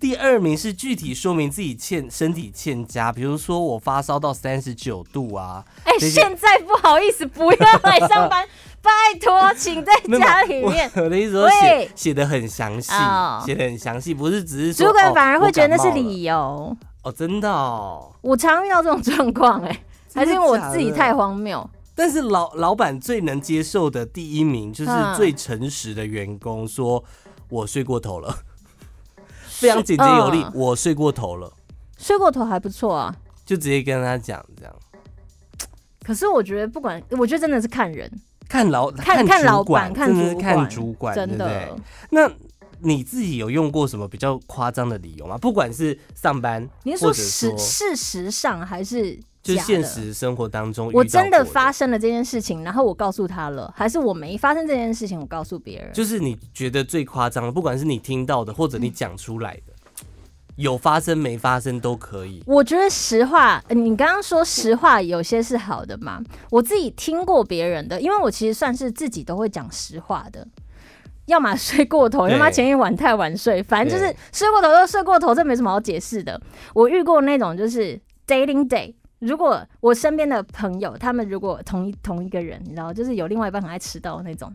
Speaker 1: 第二名是具体说明自己欠身体欠佳，比如说我发烧到三十九度 啊，
Speaker 2: 哎、
Speaker 1: 这些
Speaker 2: 现在不好意 思，不要来上班，拜托，请在
Speaker 1: 没有
Speaker 2: 家里面。
Speaker 1: 我我的意思说写
Speaker 2: 喂
Speaker 1: 写的很详细
Speaker 2: 哦，
Speaker 1: 写的很详细，不是只是说
Speaker 2: 主管反而
Speaker 1: 哦
Speaker 2: 会觉得那是
Speaker 1: 我感冒了
Speaker 2: 理由。
Speaker 1: 哦，真的哦。
Speaker 2: 我常遇到这种状况，哎，还是因为我
Speaker 1: 真的假的
Speaker 2: 自己太荒谬。
Speaker 1: 但是老老板最能接受的第一名就是
Speaker 2: 嗯
Speaker 1: 最诚实的员工，说我睡过头了， 非常简洁有力
Speaker 2: 嗯，
Speaker 1: 我睡过头了，
Speaker 2: 睡过头还不错啊，
Speaker 1: 就直接跟他讲这样。
Speaker 2: 可是我觉得不管，我觉得真的是看人，
Speaker 1: 看老
Speaker 2: 看
Speaker 1: 啊看
Speaker 2: 老
Speaker 1: 主管
Speaker 2: 板，
Speaker 1: 真的是
Speaker 2: 主
Speaker 1: 看
Speaker 2: 管，
Speaker 1: 主管，
Speaker 2: 真
Speaker 1: 对
Speaker 2: 的
Speaker 1: 不对。那你自己有用过什么比较夸张的理由吗？不管是上班，
Speaker 2: 您
Speaker 1: 或
Speaker 2: 说
Speaker 1: 者
Speaker 2: 事事实上还是
Speaker 1: 就
Speaker 2: 假的
Speaker 1: 现？实生活当中遇到过，
Speaker 2: 我真的发，生了这件事情，然后我告诉他了，还是我没发生这件事情，我告诉别人？
Speaker 1: 就是你觉得最夸张的，不管是你听到的或者你讲出来的，有发生没发生都可以。
Speaker 2: 我觉得实话，呃你刚刚说实话，有些是好的嘛。我自己听过别人的，因为我其实算是自己都会讲实话的，要么睡过头，
Speaker 1: 对
Speaker 2: 要么前一晚太晚睡，反正就是
Speaker 1: 对
Speaker 2: 睡过头就睡过头，这没什么好解释的。我遇过那种就是 dating day。如果我身边的朋友，他们如果同一同一个人，你知道，就是有另外一半很爱迟到的那种，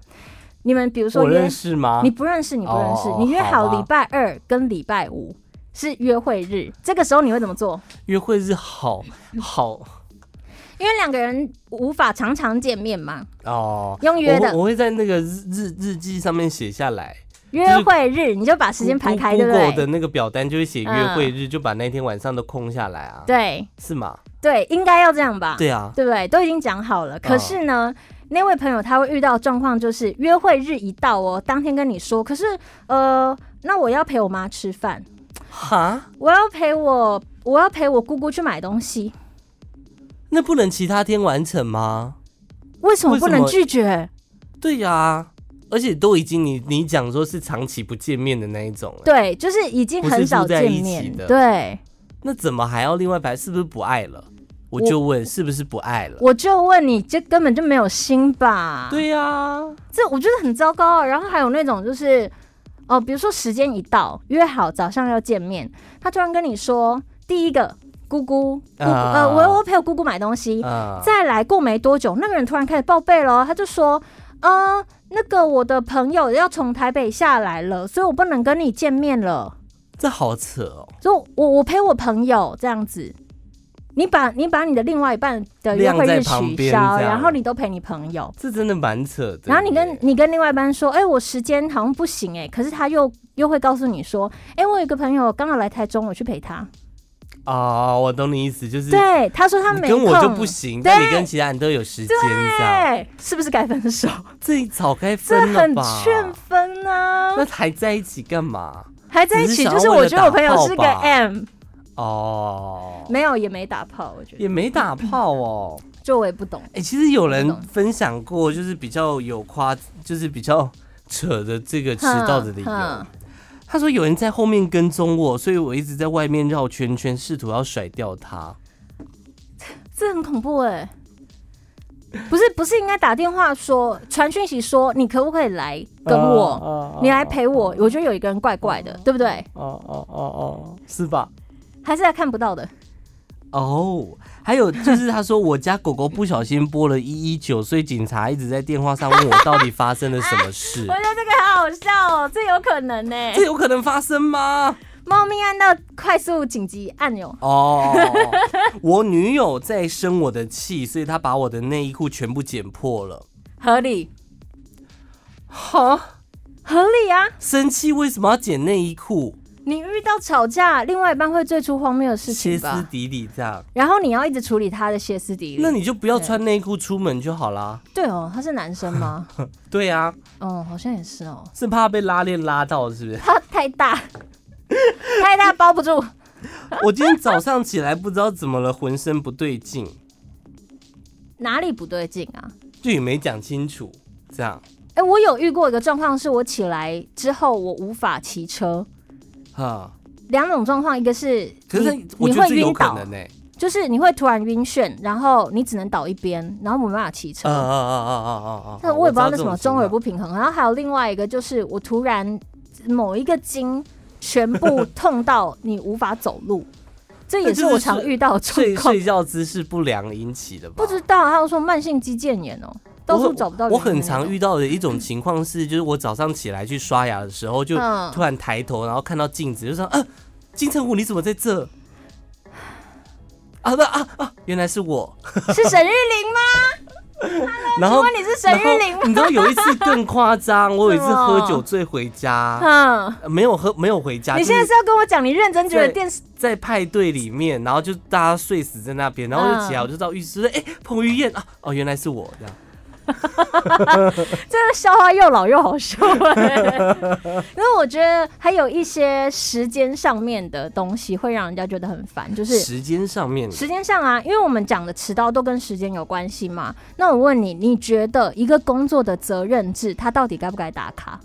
Speaker 2: 你们比如说
Speaker 1: 我
Speaker 2: 约
Speaker 1: 认识吗
Speaker 2: 你？不认识，你不认识，
Speaker 1: 啊哦
Speaker 2: 你约
Speaker 1: 好吧
Speaker 2: 好礼拜二跟礼拜五是约会日，这个时候你会怎么做？
Speaker 1: 约会是好
Speaker 2: 嗯
Speaker 1: 好
Speaker 2: 因为两个人无法常常见面嘛，
Speaker 1: 哦，
Speaker 2: 用约
Speaker 1: 我
Speaker 2: 的
Speaker 1: 会我会在那个日日日记上面写下来，
Speaker 2: 约会日，你就把时间排开，对不
Speaker 1: Google
Speaker 2: 对
Speaker 1: 的？那个表单就会写约会日，就把那天晚上都空下来啊，
Speaker 2: 对
Speaker 1: 是吗？
Speaker 2: 对，应该要这样吧？
Speaker 1: 对哦啊，
Speaker 2: 对不对？都已经讲好了，可是呢，那位朋友他会遇到状况，就是约会日一到哦，当天跟你说，可是呃，那我要陪我妈吃饭，
Speaker 1: 哈，
Speaker 2: 我要陪我我要陪我姑姑去买东西，
Speaker 1: 那不能其他天完成吗？
Speaker 2: 为什么
Speaker 1: 为什
Speaker 2: 不
Speaker 1: 么
Speaker 2: 能拒绝？
Speaker 1: 对呀、而且都已经你你讲说是长期不见面的那一种了，
Speaker 2: 对，就是已经
Speaker 1: 不是
Speaker 2: 很少
Speaker 1: 住在
Speaker 2: 见
Speaker 1: 一起
Speaker 2: 面
Speaker 1: 的，
Speaker 2: 对。
Speaker 1: 那怎么还要另外排？是不是不爱了？我就问是不是不爱了？
Speaker 2: 我就问你，这根本就没有心吧？
Speaker 1: 对呀、
Speaker 2: 这我觉得很糟糕、啊。然后还有那种就是，哦，比如说时间一到，约好早上要见面，他突然跟你说，第一个。姑姑，姑姑
Speaker 1: 啊
Speaker 2: 呃，我我陪我姑姑买东西，
Speaker 1: 啊，
Speaker 2: 再来过没多久，那个人突然开始报备了，他就说，嗯、那个我的朋友要从台北下来了，所以我不能跟你见面了，
Speaker 1: 这好扯哦，
Speaker 2: 所以我我陪我朋友这样子。你把你把你的另外一半的约会
Speaker 1: 晾在
Speaker 2: 日
Speaker 1: 旁
Speaker 2: 取
Speaker 1: 边
Speaker 2: 消，
Speaker 1: 这样
Speaker 2: 然后你都陪你朋友，
Speaker 1: 这真的蛮扯的。
Speaker 2: 然后你跟你跟另外一半说，哎、我时间好像不行哎、可是他又又会告诉你说，哎、我有一个朋友刚好来台中，我去陪他。
Speaker 1: 哦，我懂你意思，就是
Speaker 2: 对，他说他
Speaker 1: 你
Speaker 2: 没空，
Speaker 1: 跟我就不行，
Speaker 2: 对
Speaker 1: 但你跟其他人都有时间这样，
Speaker 2: 对，是不是该分 手？
Speaker 1: 这早该
Speaker 2: 这
Speaker 1: 分了
Speaker 2: 很
Speaker 1: 吧？
Speaker 2: 劝分啊！
Speaker 1: 那还在一起干嘛？
Speaker 2: 还在一
Speaker 1: 只
Speaker 2: 起，
Speaker 1: 是想
Speaker 2: 就
Speaker 1: 要
Speaker 2: 是我觉得我朋友是个
Speaker 1: 为了打炮吧
Speaker 2: M，
Speaker 1: 哦，
Speaker 2: 没有也没打炮，我觉得
Speaker 1: 也没打炮哦。
Speaker 2: 就我也不懂。
Speaker 1: 哎、其实有人
Speaker 2: 我不懂
Speaker 1: 分享过，就是比较有夸，就是比较扯的这个迟到的理由
Speaker 2: 哼。
Speaker 1: 他说有人在后面跟踪我，所以我一直在外面绕圈圈，试图要甩掉他。
Speaker 2: 这很恐怖哎、不是不是应该打电话说传讯息说你可不可以来跟我，
Speaker 1: 我
Speaker 2: 你来陪我？我觉得有一个人怪怪的，对不对？
Speaker 1: 哦哦哦哦，是吧？
Speaker 2: 还是他看不到的？
Speaker 1: 哦，还有就是他说我家狗狗不小心拨了一一九，所以警察一直在电话上问我到底发生了什么事
Speaker 2: 我。觉得这个好好笑哦，这有可能呢、
Speaker 1: 这有可能发生吗？
Speaker 2: 猫咪按到快速紧急按钮，
Speaker 1: 哦，我女友在生我的气，所以她把我的内衣裤全部剪破了。
Speaker 2: 合理
Speaker 1: 哈，
Speaker 2: 合理啊！
Speaker 1: 生气为什么要剪内衣裤？
Speaker 2: 你遇到吵架，另外一半会最出荒谬的事
Speaker 1: 歇
Speaker 2: 情
Speaker 1: 斯
Speaker 2: 吧？
Speaker 1: 底里这样，
Speaker 2: 然后你要一直处理他的歇斯底
Speaker 1: 那
Speaker 2: 里。
Speaker 1: 你就不要穿内裤出门就好啦。
Speaker 2: 对哦，他是男生吗？
Speaker 1: 对啊，
Speaker 2: 哦，好像也是哦。？
Speaker 1: 是怕被拉链拉到是不是
Speaker 2: 他太大，太大包不住。
Speaker 1: 我今天早上起来不知道怎么了，浑身不对劲，
Speaker 2: 哪里不对劲啊？
Speaker 1: 就也没讲清楚，这样。
Speaker 2: 哎、我有遇过一个状况，是我起来之后我无法骑车。
Speaker 1: 哈，
Speaker 2: 两种状况，一个是
Speaker 1: 可是
Speaker 2: 你
Speaker 1: 我
Speaker 2: 你
Speaker 1: 觉得
Speaker 2: 会
Speaker 1: 这有
Speaker 2: 晕
Speaker 1: 可
Speaker 2: 倒，
Speaker 1: 能呢、欸
Speaker 2: 就是你会突然晕眩，然后你只能倒一边，然后没办法骑车。
Speaker 1: 啊啊啊啊啊啊啊！
Speaker 2: 但嗯我也不知道为什么中耳
Speaker 1: 耳
Speaker 2: 不平衡。然后还有另外一个就是，我突然某一个筋全部痛到你无法走路， 这也是我常遇到的状
Speaker 1: 睡
Speaker 2: 况
Speaker 1: 睡。觉姿势不良引起的吧？
Speaker 2: 不知道，还有说慢性肌腱炎哦、到
Speaker 1: 我
Speaker 2: 处
Speaker 1: 很
Speaker 2: 找不到原
Speaker 1: 我
Speaker 2: 因的那种。
Speaker 1: 很常遇到的一种情况是，就是我早上起来去刷牙的时候，就
Speaker 2: 嗯
Speaker 1: 突然抬头，然后看到镜子，就说：“啊，金城武你怎么在这？”啊不啊啊！原来是 我。
Speaker 2: 是沈玉玲吗？
Speaker 1: 然
Speaker 2: 请
Speaker 1: 后
Speaker 2: 问你是沈
Speaker 1: 然
Speaker 2: 玉玲
Speaker 1: 后
Speaker 2: 吗？
Speaker 1: 你知道有一次更夸 张，我有一次
Speaker 2: 什么
Speaker 1: 喝酒醉回家，
Speaker 2: 嗯，
Speaker 1: 呃没有喝没有回家，
Speaker 2: 你
Speaker 1: 就
Speaker 2: 现在
Speaker 1: 是
Speaker 2: 是要跟我讲你认真觉得
Speaker 1: 对
Speaker 2: 电视
Speaker 1: 在派对里面，然后就大家睡死在那边，然后我就起来，
Speaker 2: 嗯
Speaker 1: 我就到浴室，哎，彭于晏啊，哦，原来是我这样。
Speaker 2: 这个笑话又老又好笑、欸， 因为我觉得还有一些时间上面的东西会让人家觉得很烦，就是
Speaker 1: 时间上面，
Speaker 2: 时间上啊，因为我们讲的迟到都跟时间有关系嘛。那我问你，你觉得一个工作的责任制，它到底该不该打卡？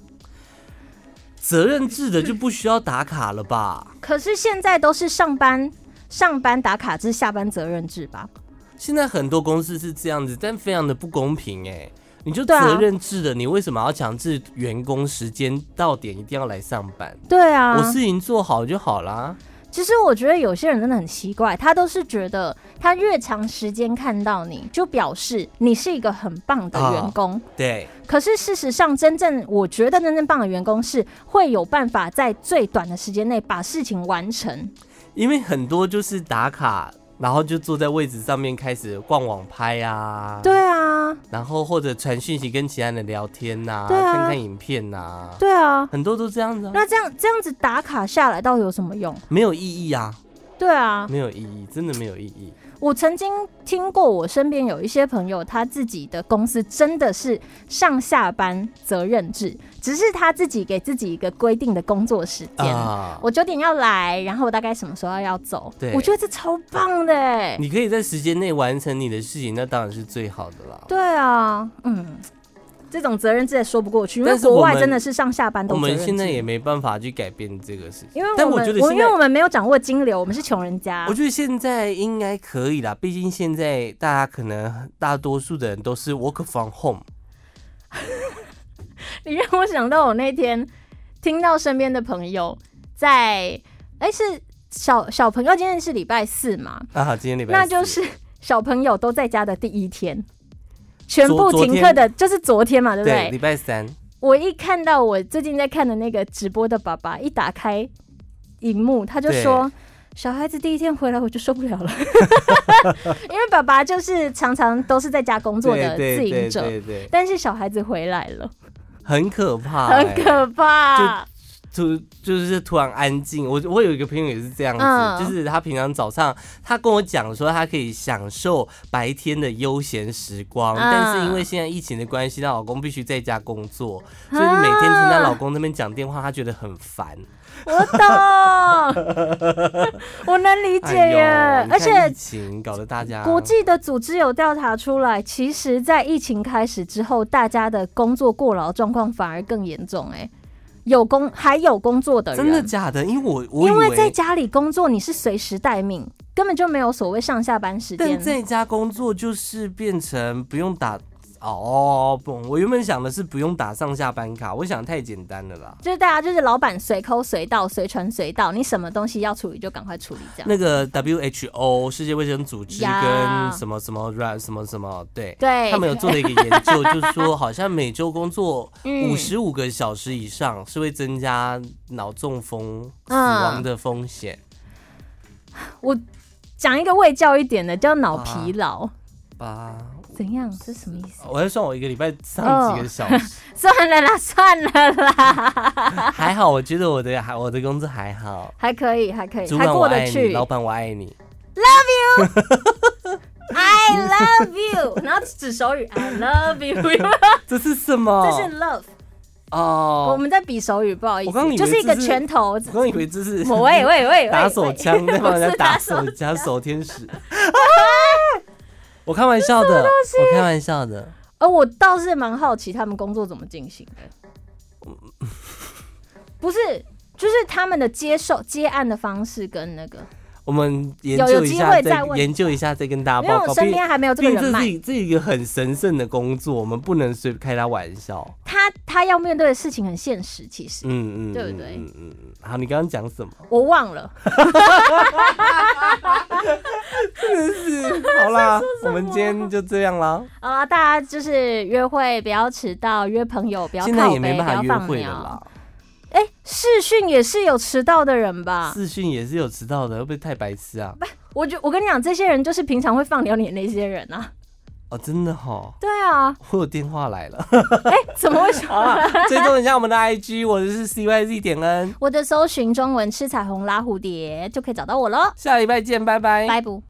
Speaker 1: 责任制的就不需要打卡了吧？
Speaker 2: 可是现在都是上班上班打卡制，下班责任制吧？
Speaker 1: 现在很多公司是这样子，但非常的不公平哎、你就
Speaker 2: 对啊
Speaker 1: 责任制的，你为什么要强制员工时间到点一定要来上班？
Speaker 2: 对啊，
Speaker 1: 我事情做好就好啦。
Speaker 2: 其实我觉得有些人真的很奇怪，他都是觉得他越长时间看到你，就表示你是一个很棒的员工。
Speaker 1: 对，
Speaker 2: 可是事实上，真正我觉得真正棒的员工是会有办法在最短的时间内把事情完成。
Speaker 1: 因为很多就是打卡，然后就坐在位置上面开始逛网拍啊，，
Speaker 2: 对啊，
Speaker 1: 然后或者传讯息跟其他人聊天呐、
Speaker 2: 对啊
Speaker 1: 看看影片呐、
Speaker 2: 对啊。
Speaker 1: 很多都这样子、啊，
Speaker 2: 那这样这样子打卡下来到底有什么用？
Speaker 1: 没有意义啊，
Speaker 2: 对啊，
Speaker 1: 没有意义，真的没有意义。
Speaker 2: 我曾经听过我身边有一些朋友，他自己的公司真的是上下班责任制，只是他自己给自己一个规定的工作时间。
Speaker 1: 啊，
Speaker 2: 我九点要来，然后我大概什么时候要走？
Speaker 1: 对
Speaker 2: 我觉得这超棒的哎、
Speaker 1: 你可以在时间内完成你的事情，那当然是最好的啦。
Speaker 2: 对啊，嗯，这种责任制也说不过去，因为
Speaker 1: 但是
Speaker 2: 国
Speaker 1: 我
Speaker 2: 外
Speaker 1: 们
Speaker 2: 真的是上下班都
Speaker 1: 我
Speaker 2: 责任
Speaker 1: 们
Speaker 2: 制。
Speaker 1: 现在也没办法去改变这个事情，
Speaker 2: 因为
Speaker 1: 但
Speaker 2: 我
Speaker 1: 我
Speaker 2: 们
Speaker 1: 觉得
Speaker 2: 我
Speaker 1: 现
Speaker 2: 因为
Speaker 1: 在
Speaker 2: 我，们没有啊掌握金流，我们是穷人家
Speaker 1: 我。觉得现在应该可以啦。毕竟现在大家可能大多数的人都是 work from home，
Speaker 2: 你让我想到我那天听到身边的朋友在，哎、是小小朋友今天是礼拜四嘛，
Speaker 1: 啊，今天礼拜
Speaker 2: 那就
Speaker 1: 四
Speaker 2: 是小朋友都在家的第一天，全部
Speaker 1: 昨昨天
Speaker 2: 停课的，就是昨天嘛，对不
Speaker 1: 对
Speaker 2: 对？
Speaker 1: 礼拜三，
Speaker 2: 我一看到我最近在看的那个直播的爸爸，一打开荧幕，他就说。小孩子第一天回来我就受不 了了，因为爸爸就是常常都是在家工作的
Speaker 1: 对
Speaker 2: 自
Speaker 1: 对
Speaker 2: 营
Speaker 1: 对
Speaker 2: 者，
Speaker 1: 对对，
Speaker 2: 但是小孩子回来了，
Speaker 1: 很可怕、欸
Speaker 2: 很可怕。
Speaker 1: 突就是突然安静。我我有一个朋友也是这样子，
Speaker 2: 嗯
Speaker 1: 就是他平常早上他跟我讲说他可以享受白天的悠闲时光，
Speaker 2: 嗯
Speaker 1: 但是因为现在疫情的关系，她老公必须在家工作，
Speaker 2: 啊
Speaker 1: 所以每天听她老公那边讲电话，她觉得很烦。
Speaker 2: 我懂，我能理解耶。
Speaker 1: 哎呦你看
Speaker 2: 而
Speaker 1: 疫
Speaker 2: 且
Speaker 1: 情搞得大家
Speaker 2: 国际的组织有调查出来，其实，在疫情开始之后，大家的工作过劳状况反而更严重。哎，有工还有工作的人，
Speaker 1: 真的假的？因为我我以
Speaker 2: 因为在家里工作，你是随时待命，根本就没有所谓上下班时
Speaker 1: 但
Speaker 2: 间。
Speaker 1: 在家工作就是变成不用打哦，不，我原本想的是不用打上下班卡，我想太简单了啦。
Speaker 2: 就是大家就是老板随抠随到随传随到，你什么东西要处理就赶快处理，这样
Speaker 1: 那个 WHO 世界卫生组织
Speaker 2: 呀
Speaker 1: 跟什么什么软什么什么，对，
Speaker 2: 对
Speaker 1: 他们有做了一个研究，就是说好像每周工作
Speaker 2: 嗯
Speaker 1: 五十五个小时以上是会增加脑中风死亡的风险。
Speaker 2: 讲一个未教一点的叫脑
Speaker 1: 啊
Speaker 2: 疲劳，
Speaker 1: 吧，
Speaker 2: 怎样？这是什么意思？
Speaker 1: 我要算我一个礼拜上几个小时，
Speaker 2: 算了啦，算了啦，
Speaker 1: 还好，我觉得我的还我的工作还好，
Speaker 2: 还可以，还可以，
Speaker 1: 主
Speaker 2: 还
Speaker 1: 管我
Speaker 2: 过得
Speaker 1: 爱你，
Speaker 2: 去。
Speaker 1: 老板我爱你。
Speaker 2: I love you，然后 指手语 I love you，
Speaker 1: 这
Speaker 2: 这
Speaker 1: 是什么？
Speaker 2: 是 love。我
Speaker 1: 哦，
Speaker 2: 们在比手语，不好意
Speaker 1: 我刚以
Speaker 2: 思，
Speaker 1: 为
Speaker 2: 就是一个
Speaker 1: 这是
Speaker 2: 拳头。
Speaker 1: 我刚以为这是
Speaker 2: 我喂喂喂，
Speaker 1: 打
Speaker 2: 喂
Speaker 1: 手
Speaker 2: 喂
Speaker 1: 枪，对吧？
Speaker 2: 不
Speaker 1: 人家
Speaker 2: 是
Speaker 1: 打
Speaker 2: 打
Speaker 1: 手
Speaker 2: 手
Speaker 1: 枪，手天 使。啊我开玩笑的，我开玩笑的。
Speaker 2: 而哦我倒是蛮好奇他们工作怎么进行的。
Speaker 1: 嗯
Speaker 2: 不是，就是他们的接受接案的方式跟那个，
Speaker 1: 我们研
Speaker 2: 有
Speaker 1: 究
Speaker 2: 有
Speaker 1: 一
Speaker 2: 机
Speaker 1: 下
Speaker 2: 会
Speaker 1: 再
Speaker 2: 再问
Speaker 1: 研究一下再跟大
Speaker 2: 因
Speaker 1: 家
Speaker 2: 为
Speaker 1: 报告。
Speaker 2: 我身边还没有这
Speaker 1: 毕
Speaker 2: 个
Speaker 1: 竟
Speaker 2: 人
Speaker 1: 这
Speaker 2: 脉。
Speaker 1: 是这是一个很神圣的工作，我们不能随便开他玩笑。
Speaker 2: 他他要面对的事情很现实，其实
Speaker 1: 嗯嗯，
Speaker 2: 对不对
Speaker 1: 嗯嗯嗯。好，你刚刚讲 什么？
Speaker 2: 我忘了。
Speaker 1: 好啦，我们今天就这样啦。
Speaker 2: 好啦，呃大家就是约会不要迟到，约朋友不要
Speaker 1: 现在
Speaker 2: 靠
Speaker 1: 也
Speaker 2: 背，
Speaker 1: 没
Speaker 2: 不
Speaker 1: 办
Speaker 2: 要
Speaker 1: 法约
Speaker 2: 放
Speaker 1: 会了
Speaker 2: 鸟。
Speaker 1: 啦。
Speaker 2: 哎、视讯也是有迟到的人吧？
Speaker 1: 视讯也是有迟到的，会不会太白痴 啊？
Speaker 2: 我就我跟你讲，这些人就是平常会放鸟你那些人 啊。
Speaker 1: 哦，真的哈，
Speaker 2: 对啊，
Speaker 1: 我有电话来了。
Speaker 2: 哎、怎么会想
Speaker 1: 好了， 追踪一下我们的 IG，我是 CYZ 点 N，
Speaker 2: 我的搜寻中文“吃彩虹拉蝴蝶”就可以找到我喽。
Speaker 1: 下礼拜见，拜拜。
Speaker 2: 拜不。